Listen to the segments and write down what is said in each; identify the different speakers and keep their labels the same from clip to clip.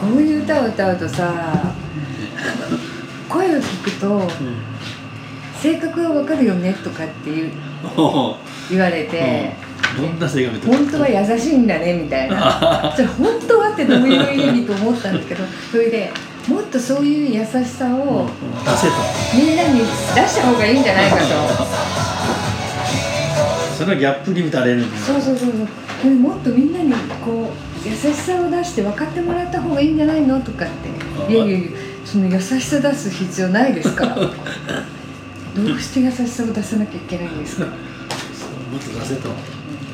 Speaker 1: 歌うとさ声を聞くと性格がわかるよねとかって言う
Speaker 2: おー
Speaker 1: 言われて、
Speaker 2: うんどんな性格
Speaker 1: 本当は優しいんだねみたい なそれ本当はってどういう意味と思ったんだけどそれでもっとそういう優しさ
Speaker 2: うん
Speaker 1: を
Speaker 2: 出せ
Speaker 1: みんなに出した方がいいんじゃないかと
Speaker 2: とそれはギャップに打たれるんだ
Speaker 1: そうそうそうそうそれでもっとみんなにこう優しさを出して分かってもらった方がいいんじゃないのとかっていやいやいやその優しさ出す必要ないですからどうして優しさを出さなきゃいけないんですか
Speaker 2: そうもっと出せと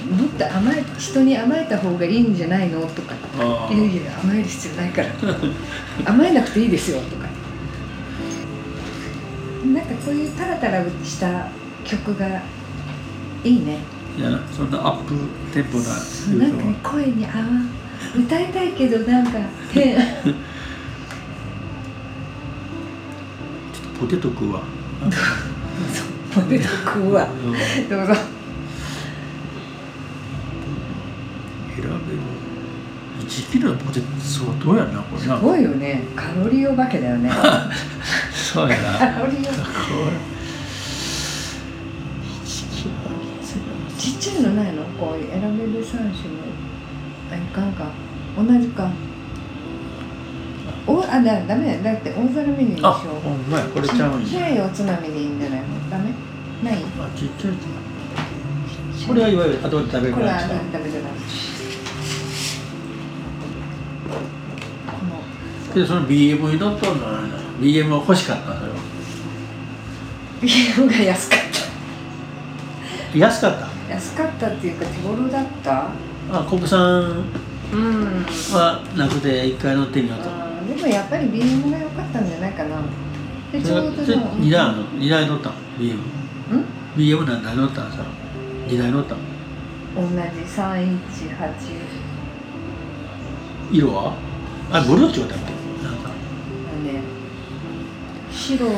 Speaker 1: もっと甘え人に甘えた方がいいんじゃないのとか
Speaker 2: あー
Speaker 1: いやいや甘える必要ないから甘えなくていいですよとかなんかこういうタラタラした曲がいいね
Speaker 2: いやそんなアップテンポな
Speaker 1: そうなんかね声に合わん歌いたいけどなんか変ど
Speaker 2: ちょっとポテト食うわ
Speaker 1: うポテト食うわ
Speaker 2: うん
Speaker 1: どうぞ
Speaker 2: 選べる1キロのポテト相当やなこれ
Speaker 1: す
Speaker 2: な
Speaker 1: ごいよねカロリーお化けだよね
Speaker 2: そうや
Speaker 1: カ
Speaker 2: なこ
Speaker 1: ロリーお化け
Speaker 2: れ1キロ
Speaker 1: ちっちゃいのないのこういう選べる三種のあいかんか同じかおあだダメだだって大皿メニューでし
Speaker 2: あ
Speaker 1: ょ
Speaker 2: ほんまやこれちゃうん
Speaker 1: ちっち
Speaker 2: や
Speaker 1: ゃいおつまみでいいんじゃないのダメない
Speaker 2: あちっちゃいやつこれはいわゆる後で食べる
Speaker 1: これ
Speaker 2: や
Speaker 1: は
Speaker 2: つだ
Speaker 1: ダメじゃないこの
Speaker 2: でその BM に乗ったんだな BM は欲しかったそれは
Speaker 1: ビールが安かっ
Speaker 2: 安かった
Speaker 1: た安かったっていうか手頃だった
Speaker 2: あ国産
Speaker 1: うん
Speaker 2: はなくて一回乗ってみようと
Speaker 1: あーでもやっぱり BM が良かったんじゃないかなでち
Speaker 2: そ
Speaker 1: ょ
Speaker 2: れ
Speaker 1: う
Speaker 2: が
Speaker 1: ど
Speaker 2: それ
Speaker 1: でも
Speaker 2: 2台の二台乗ったの BM
Speaker 1: うん
Speaker 2: BM 何台乗ったんさ2台乗ったの
Speaker 1: 同じ318
Speaker 2: 色はあブルーってことだっけなんか
Speaker 1: あのね白の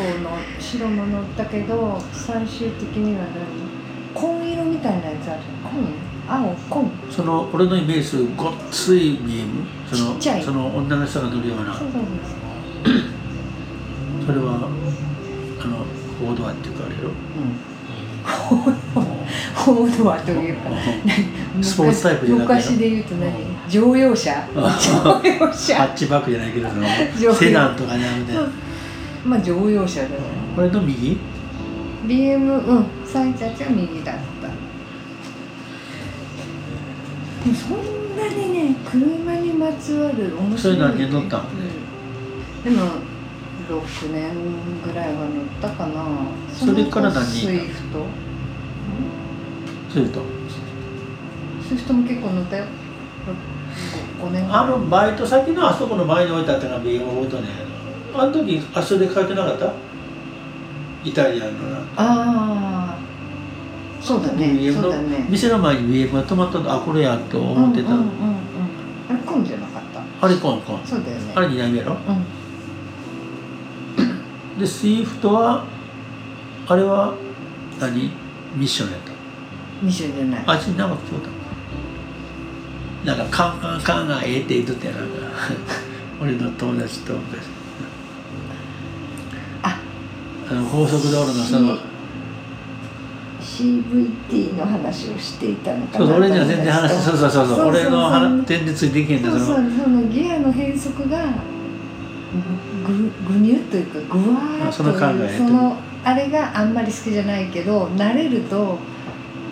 Speaker 1: 白も乗ったけど最終的には何紺色みたいなやつある紺青紺
Speaker 2: その俺のイメージするごっつい BM その
Speaker 1: ちっちゃい
Speaker 2: その女の人が乗るような
Speaker 1: そうそうそう
Speaker 2: それはあのフォードアっていうかあれよ
Speaker 1: そううんードはというか
Speaker 2: スポーツタイプじゃなくて
Speaker 1: 昔で言うと何乗用車乗用
Speaker 2: ハ
Speaker 1: 車
Speaker 2: ッチバックじゃないけどそ
Speaker 1: 上
Speaker 2: の
Speaker 1: 下
Speaker 2: セダンとかねあれで
Speaker 1: そうまあ乗用車だね
Speaker 2: これの右
Speaker 1: BM うん最着は右だったでもそんなにね車にまつわる面
Speaker 2: そ
Speaker 1: 白い
Speaker 2: れ何年乗ったの
Speaker 1: うんでも6年ぐらいは乗ったかな
Speaker 2: それから何
Speaker 1: スイフト
Speaker 2: それと
Speaker 1: スイフトも結構乗ったよ5年ぐらい
Speaker 2: あのバイト先のあそこの前に置いてあったのが BM フォードねあの時あそれで買えてなかったイタリアンのな
Speaker 1: ああそうだね
Speaker 2: BM
Speaker 1: そう
Speaker 2: の
Speaker 1: だね
Speaker 2: 店の前に BM が止まったとあこれやと思ってた、
Speaker 1: うんうんうんうんあれ混んじゃなかった
Speaker 2: あれコンコン
Speaker 1: そうだよね
Speaker 2: あれ2台目やろ
Speaker 1: うん
Speaker 2: でスイフトはあれは何ミッションやっ
Speaker 1: ミシュじゃない
Speaker 2: たあっちに長く聞こえたなんかカンカンカンがええって言っとったやんなん か俺の友達と昔
Speaker 1: あ
Speaker 2: あの高速道路のその
Speaker 1: CVT の話をしていたのかな
Speaker 2: そうそう俺には全然話
Speaker 1: そ
Speaker 2: そううそうそうそう俺の話全然ついていけへんだ
Speaker 1: そう
Speaker 2: そ
Speaker 1: そ
Speaker 2: の
Speaker 1: うそのギアの変速がぐぐにゅっというかぐわーっと
Speaker 2: そ
Speaker 1: いう
Speaker 2: の考え
Speaker 1: そのあれがあんまり好きじゃないけど慣れると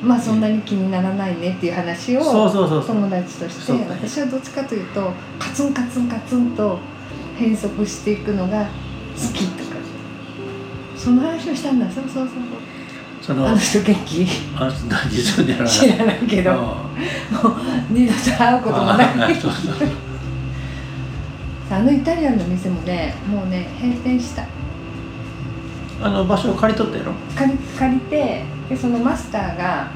Speaker 1: まあそんなに気にならないねっていう話を
Speaker 2: そうそうそうそう
Speaker 1: 友達とし
Speaker 2: そう
Speaker 1: て
Speaker 2: だね
Speaker 1: 私はどっちかというとカツンカツンカツンと変速していくのが好きとかその話をしたんだそうそうそう
Speaker 2: そ
Speaker 1: そ
Speaker 2: うの
Speaker 1: あの人元気
Speaker 2: あの人何するんやろな
Speaker 1: 知らないけども
Speaker 2: うん
Speaker 1: う二度と会うこともない
Speaker 2: そうそう
Speaker 1: あのイタリアンの店もねもうね閉店した
Speaker 2: あの場所を借りとったやろ
Speaker 1: 借り借りてでそのマスターが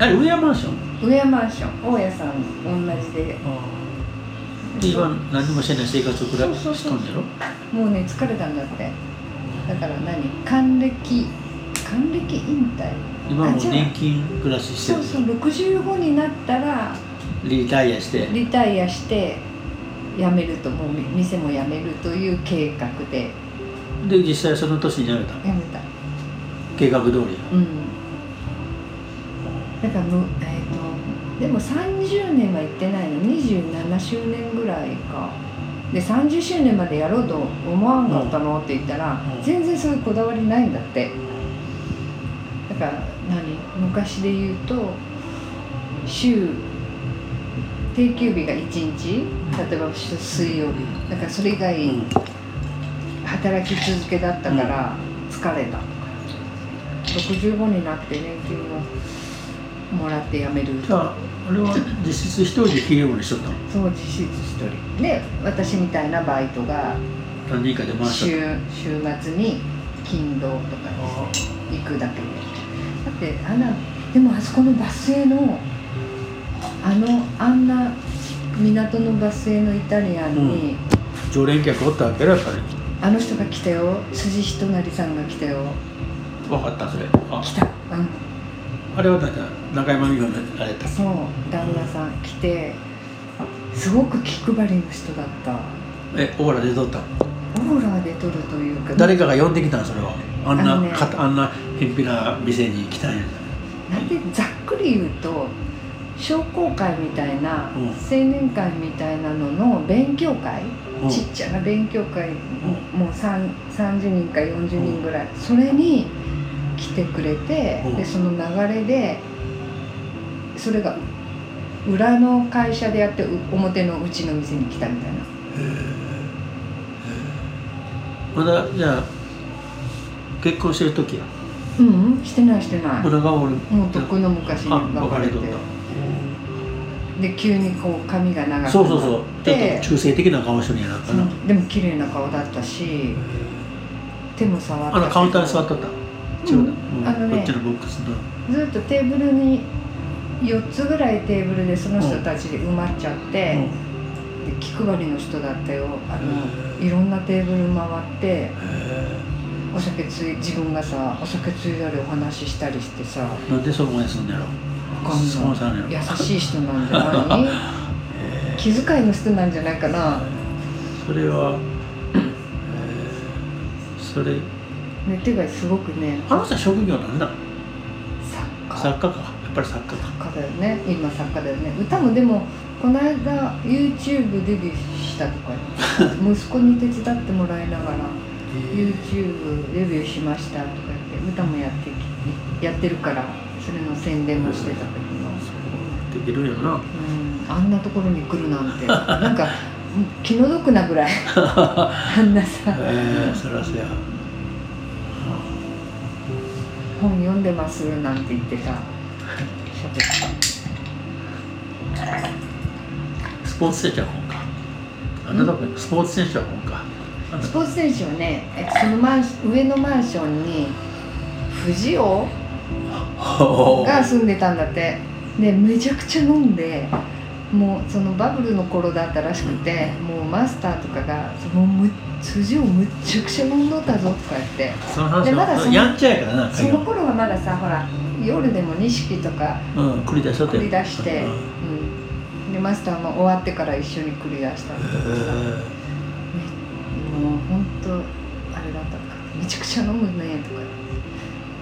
Speaker 2: あれ上マンション
Speaker 1: 上マンション大家さん同じで
Speaker 2: で今何もしてない生活を暮らしとんやろ
Speaker 1: もうね疲れたんだってだから何還暦還暦引退
Speaker 2: 今はもう年金暮らしして
Speaker 1: そう
Speaker 2: る
Speaker 1: そう65になったら
Speaker 2: リタイアして
Speaker 1: リタイアして辞めるともうみ店も辞めるという計画で
Speaker 2: で実際その年に辞めたの
Speaker 1: 辞めた
Speaker 2: 計画通り
Speaker 1: うんだからむえっ、とでも30年は行ってないの27周年ぐらいかで30周年までやろうと思わんかったのって言ったら、
Speaker 2: うん
Speaker 1: 全然そういうこだわりないんだってだから何昔で言うと週定休日が1日例えば水曜日だからそれ以外、
Speaker 2: うん
Speaker 1: 働き続けだったから疲れたとか、65になって年金をもらって辞める
Speaker 2: じゃあ俺は実質一人で切り盛りしとったの
Speaker 1: そう実質一人で私みたいなバイトが
Speaker 2: 何人かで回し
Speaker 1: 週週末に勤労とかに行くだけでだってあんなでもあそこのバス停のあのあんな港のバス停のイタリアンに、
Speaker 2: た常連客おったわけだやっぱり
Speaker 1: あの人が来たよ辻仁成さんが来たよ
Speaker 2: 分かったそれあ
Speaker 1: 来たうん
Speaker 2: あれはだって中山美穂のあれだ
Speaker 1: そう旦那さん来てすごく気配りの人だった
Speaker 2: えオーラ出とった
Speaker 1: オーラで撮るというか
Speaker 2: 誰かが呼んできたんそれはあん
Speaker 1: あ
Speaker 2: な
Speaker 1: のね
Speaker 2: かあんなへんぴな店に来たんや
Speaker 1: なんでざっくり言うと商工会みたいな、
Speaker 2: うん
Speaker 1: 青年会みたいなのの勉強会、
Speaker 2: うん
Speaker 1: ちっちゃな勉強会、もう3 30人か40人ぐらい、それに来てくれて、
Speaker 2: うん
Speaker 1: でその流れでそれが裏の会社でやってう表のうちの店に来たみたいな。
Speaker 2: まだじゃあ結婚してる時や
Speaker 1: うん、うん、してないしてない
Speaker 2: 俺が俺
Speaker 1: もうとっくの昔に
Speaker 2: あ
Speaker 1: 別
Speaker 2: 別
Speaker 1: れ
Speaker 2: れ
Speaker 1: て
Speaker 2: とった
Speaker 1: で急にこう髪が長くなって
Speaker 2: そうそうそうちょっ
Speaker 1: で
Speaker 2: と中性的な顔してるんやなかな
Speaker 1: でも綺麗な顔だったし手も触った
Speaker 2: あのカウンターに座っ
Speaker 1: った
Speaker 2: った
Speaker 1: う
Speaker 2: 違
Speaker 1: ん
Speaker 2: うな
Speaker 1: あの
Speaker 2: こ
Speaker 1: ね
Speaker 2: っちのボックスの
Speaker 1: ずっとテーブルに4つぐらいテーブルでその人たちで埋まっちゃって、
Speaker 2: うん
Speaker 1: で気配りの人だったよあ
Speaker 2: へ
Speaker 1: の
Speaker 2: え
Speaker 1: いろんなテーブル回って
Speaker 2: へ
Speaker 1: お酒つい自分がさお酒ついだりお話ししたりしてさわ
Speaker 2: えなんでそう思いすんのやろ
Speaker 1: かんない
Speaker 2: そうさんやろ
Speaker 1: 優しい人なんじゃない 気遣いの人なんじゃないかな、
Speaker 2: それはへえそれ
Speaker 1: ね、手がすごくね
Speaker 2: あの人は職業なんだ
Speaker 1: 作家
Speaker 2: 作家かやっぱり作家か
Speaker 1: 作家だよね今作家だよね歌もでもこの間 YouTube デビューしたとか息子に手伝ってもらいながら YouTube デビューしましたとか言って歌もやってきやってるからそれの宣伝もしてたけど
Speaker 2: できるんやろな
Speaker 1: うんあんなところに来るなんてなんか気の毒なぐらいあんなさ
Speaker 2: ええそらそや
Speaker 1: 本読んでますなんて言ってさ喋って
Speaker 2: スポーツ選手は本かあんなとこにスポーツ選手は本かあん
Speaker 1: た
Speaker 2: な
Speaker 1: スポーツ選手はねえっとそのマンシ上のマンションに藤尾
Speaker 2: ほう
Speaker 1: が住んでたんだってでめちゃくちゃ飲んでもうそのバブルの頃だったらしくてもうマスターとかが「もうむ辻をむっちゃくちゃ飲んどったぞ」とか言って
Speaker 2: その話
Speaker 1: でまだ
Speaker 2: は
Speaker 1: その
Speaker 2: やんちゃやからな
Speaker 1: そ
Speaker 2: 彼
Speaker 1: の
Speaker 2: は
Speaker 1: 頃はまださほら夜でも錦とか
Speaker 2: うん繰り出しとった
Speaker 1: 繰
Speaker 2: よ
Speaker 1: り出して、
Speaker 2: うん
Speaker 1: うん、でマスターも終わってから一緒に繰り出したんだけどさ
Speaker 2: へ
Speaker 1: もう本当あれだったからめちゃくちゃ飲むねと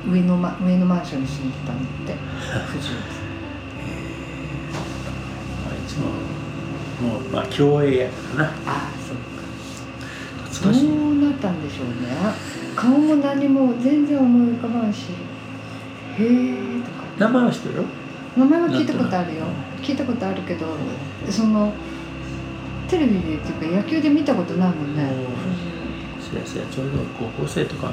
Speaker 1: か上の,、ま、上のマンションに住んでたんだ って藤井さん
Speaker 2: えまあいつももうまあ競泳やからな
Speaker 1: ああそ
Speaker 2: 懐か
Speaker 1: うか
Speaker 2: しい
Speaker 1: どうなったんでしょうね顔も何も全然思い浮かばんしへえとか
Speaker 2: 名前は知ってるよ
Speaker 1: 名前は聞いたことあるよ
Speaker 2: なんと
Speaker 1: 聞いたことあるけどそのテレビでっていうか野球で見たことないもんね
Speaker 2: そやそやちょうど高校生とか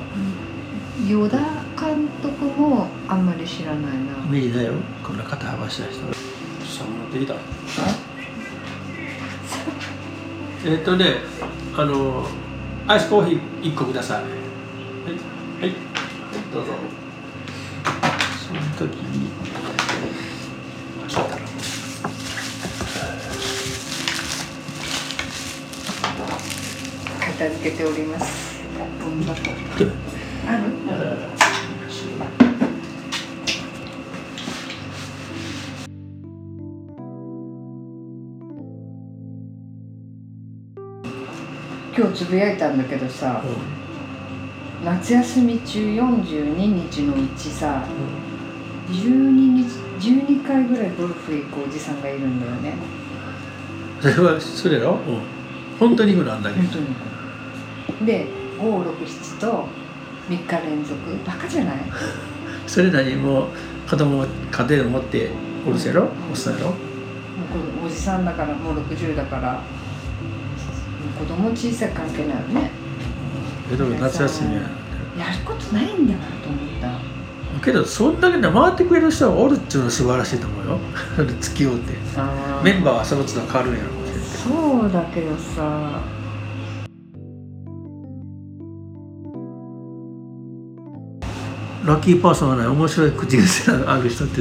Speaker 1: 与田監督もあんまり知らないな
Speaker 2: イメージだよこんな肩幅した人寒なってきたえっとねあのアイスコーヒー一個くださいはいはい、はい、どうぞその時に来たら
Speaker 1: 片付けておりますゴミ箱ある今日つぶやいたんだけどさ
Speaker 2: う
Speaker 1: 夏休み中42日のうちさ
Speaker 2: んうん
Speaker 1: 12日12回ぐらいゴルフ行くおじさんがいるんだよね
Speaker 2: それはそれやろ、うん、本当に行くのあんだけ
Speaker 1: 本当にで567と3日連続バカじゃない
Speaker 2: それ何もう子供家庭を持っておるせやろおっさんやろ
Speaker 1: もうこのおじさんだからもう60だから子供小さい関係ないよね
Speaker 2: けど夏休みや
Speaker 1: やることないんだなと思った
Speaker 2: けどそんだけね回ってくれる人がおるっていうのは素晴らしいと思うよ 付き合うって
Speaker 1: あー
Speaker 2: メンバーはその都度変わるんやろもしれんけど
Speaker 1: そうだけどさ
Speaker 2: ラッキーパーソンはね面白い口癖のある人って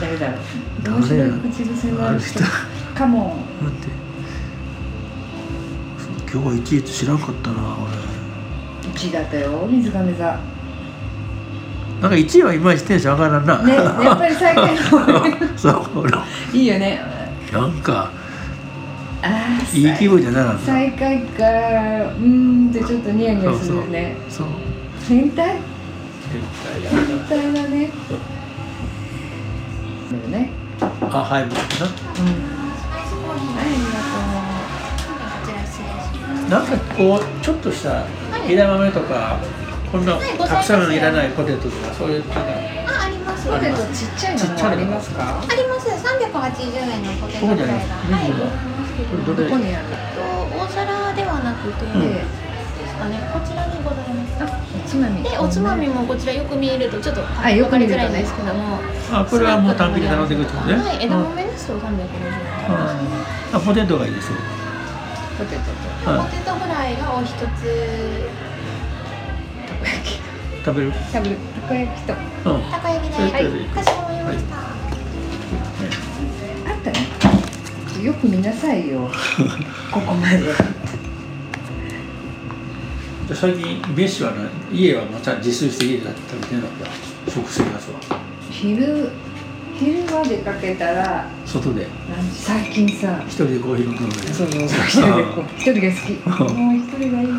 Speaker 1: 誰だろうどうし
Speaker 2: 誰
Speaker 1: て
Speaker 2: や
Speaker 1: も口癖が
Speaker 2: あ
Speaker 1: ある
Speaker 2: る人
Speaker 1: 人かも
Speaker 2: 待って今日はいちいち知らんかったな俺
Speaker 1: 1位だったよ水亀 座ね
Speaker 2: なんか1位はいまいちテンション上がらんな、
Speaker 1: やっぱり最下位の方が
Speaker 2: そうほら
Speaker 1: いいよね
Speaker 2: なんか
Speaker 1: あー
Speaker 2: いい気分じゃなかった
Speaker 1: 最下位かうーんってちょっとニヤニヤするよね
Speaker 2: そう
Speaker 1: 変態
Speaker 2: 絶対や
Speaker 1: 変態だねだよね
Speaker 2: だあはいも
Speaker 1: うんあり
Speaker 3: こちら失礼します。
Speaker 2: うななんかこうちょっとした枝豆とかこんな
Speaker 3: はい
Speaker 2: たくさんのいらないポテトとかそういうのが
Speaker 3: あ、あります。
Speaker 1: がとうポ
Speaker 3: あ
Speaker 1: テト
Speaker 3: りま
Speaker 1: ちっちゃいのもありますか
Speaker 3: す。三百八十円のポテト
Speaker 2: そう
Speaker 3: フ
Speaker 2: じゃ
Speaker 3: ラ
Speaker 2: ない
Speaker 3: イが。
Speaker 2: メニューが
Speaker 3: はい。
Speaker 2: こ
Speaker 1: ど
Speaker 2: れどれ
Speaker 1: こにある
Speaker 3: えっと大皿ではなくて、
Speaker 2: うん
Speaker 1: で
Speaker 3: ですかね。こちらにございます。
Speaker 1: あおつまみ
Speaker 3: で、おつまみもこちらよく見えると、ちょっと
Speaker 1: あよく見るとね
Speaker 3: わかりづらいんですけども。
Speaker 2: あこれはもう単品で頼んでくるってことね
Speaker 3: はい、枝豆ですと三百五十円。
Speaker 2: うんあポテトがいいですよ、
Speaker 1: ポテトと
Speaker 3: ポ
Speaker 2: は
Speaker 3: テトフライがお一つ。
Speaker 1: たこ焼き
Speaker 2: い、食べる
Speaker 1: 食べるたこ焼きとあ
Speaker 2: うん
Speaker 3: たこ焼き
Speaker 2: は
Speaker 3: で、
Speaker 2: い
Speaker 3: かしこまりました。
Speaker 1: ったねよく見なさいよここまで
Speaker 2: で最近飯はね家はまた自炊して家で食べてなかった食生活は
Speaker 1: 昼昼は出かけたら
Speaker 2: 外で
Speaker 1: なん最近さ
Speaker 2: 一人でコーヒー飲んでる
Speaker 1: そうそうそう一人でこう一人が好きもう一人がいい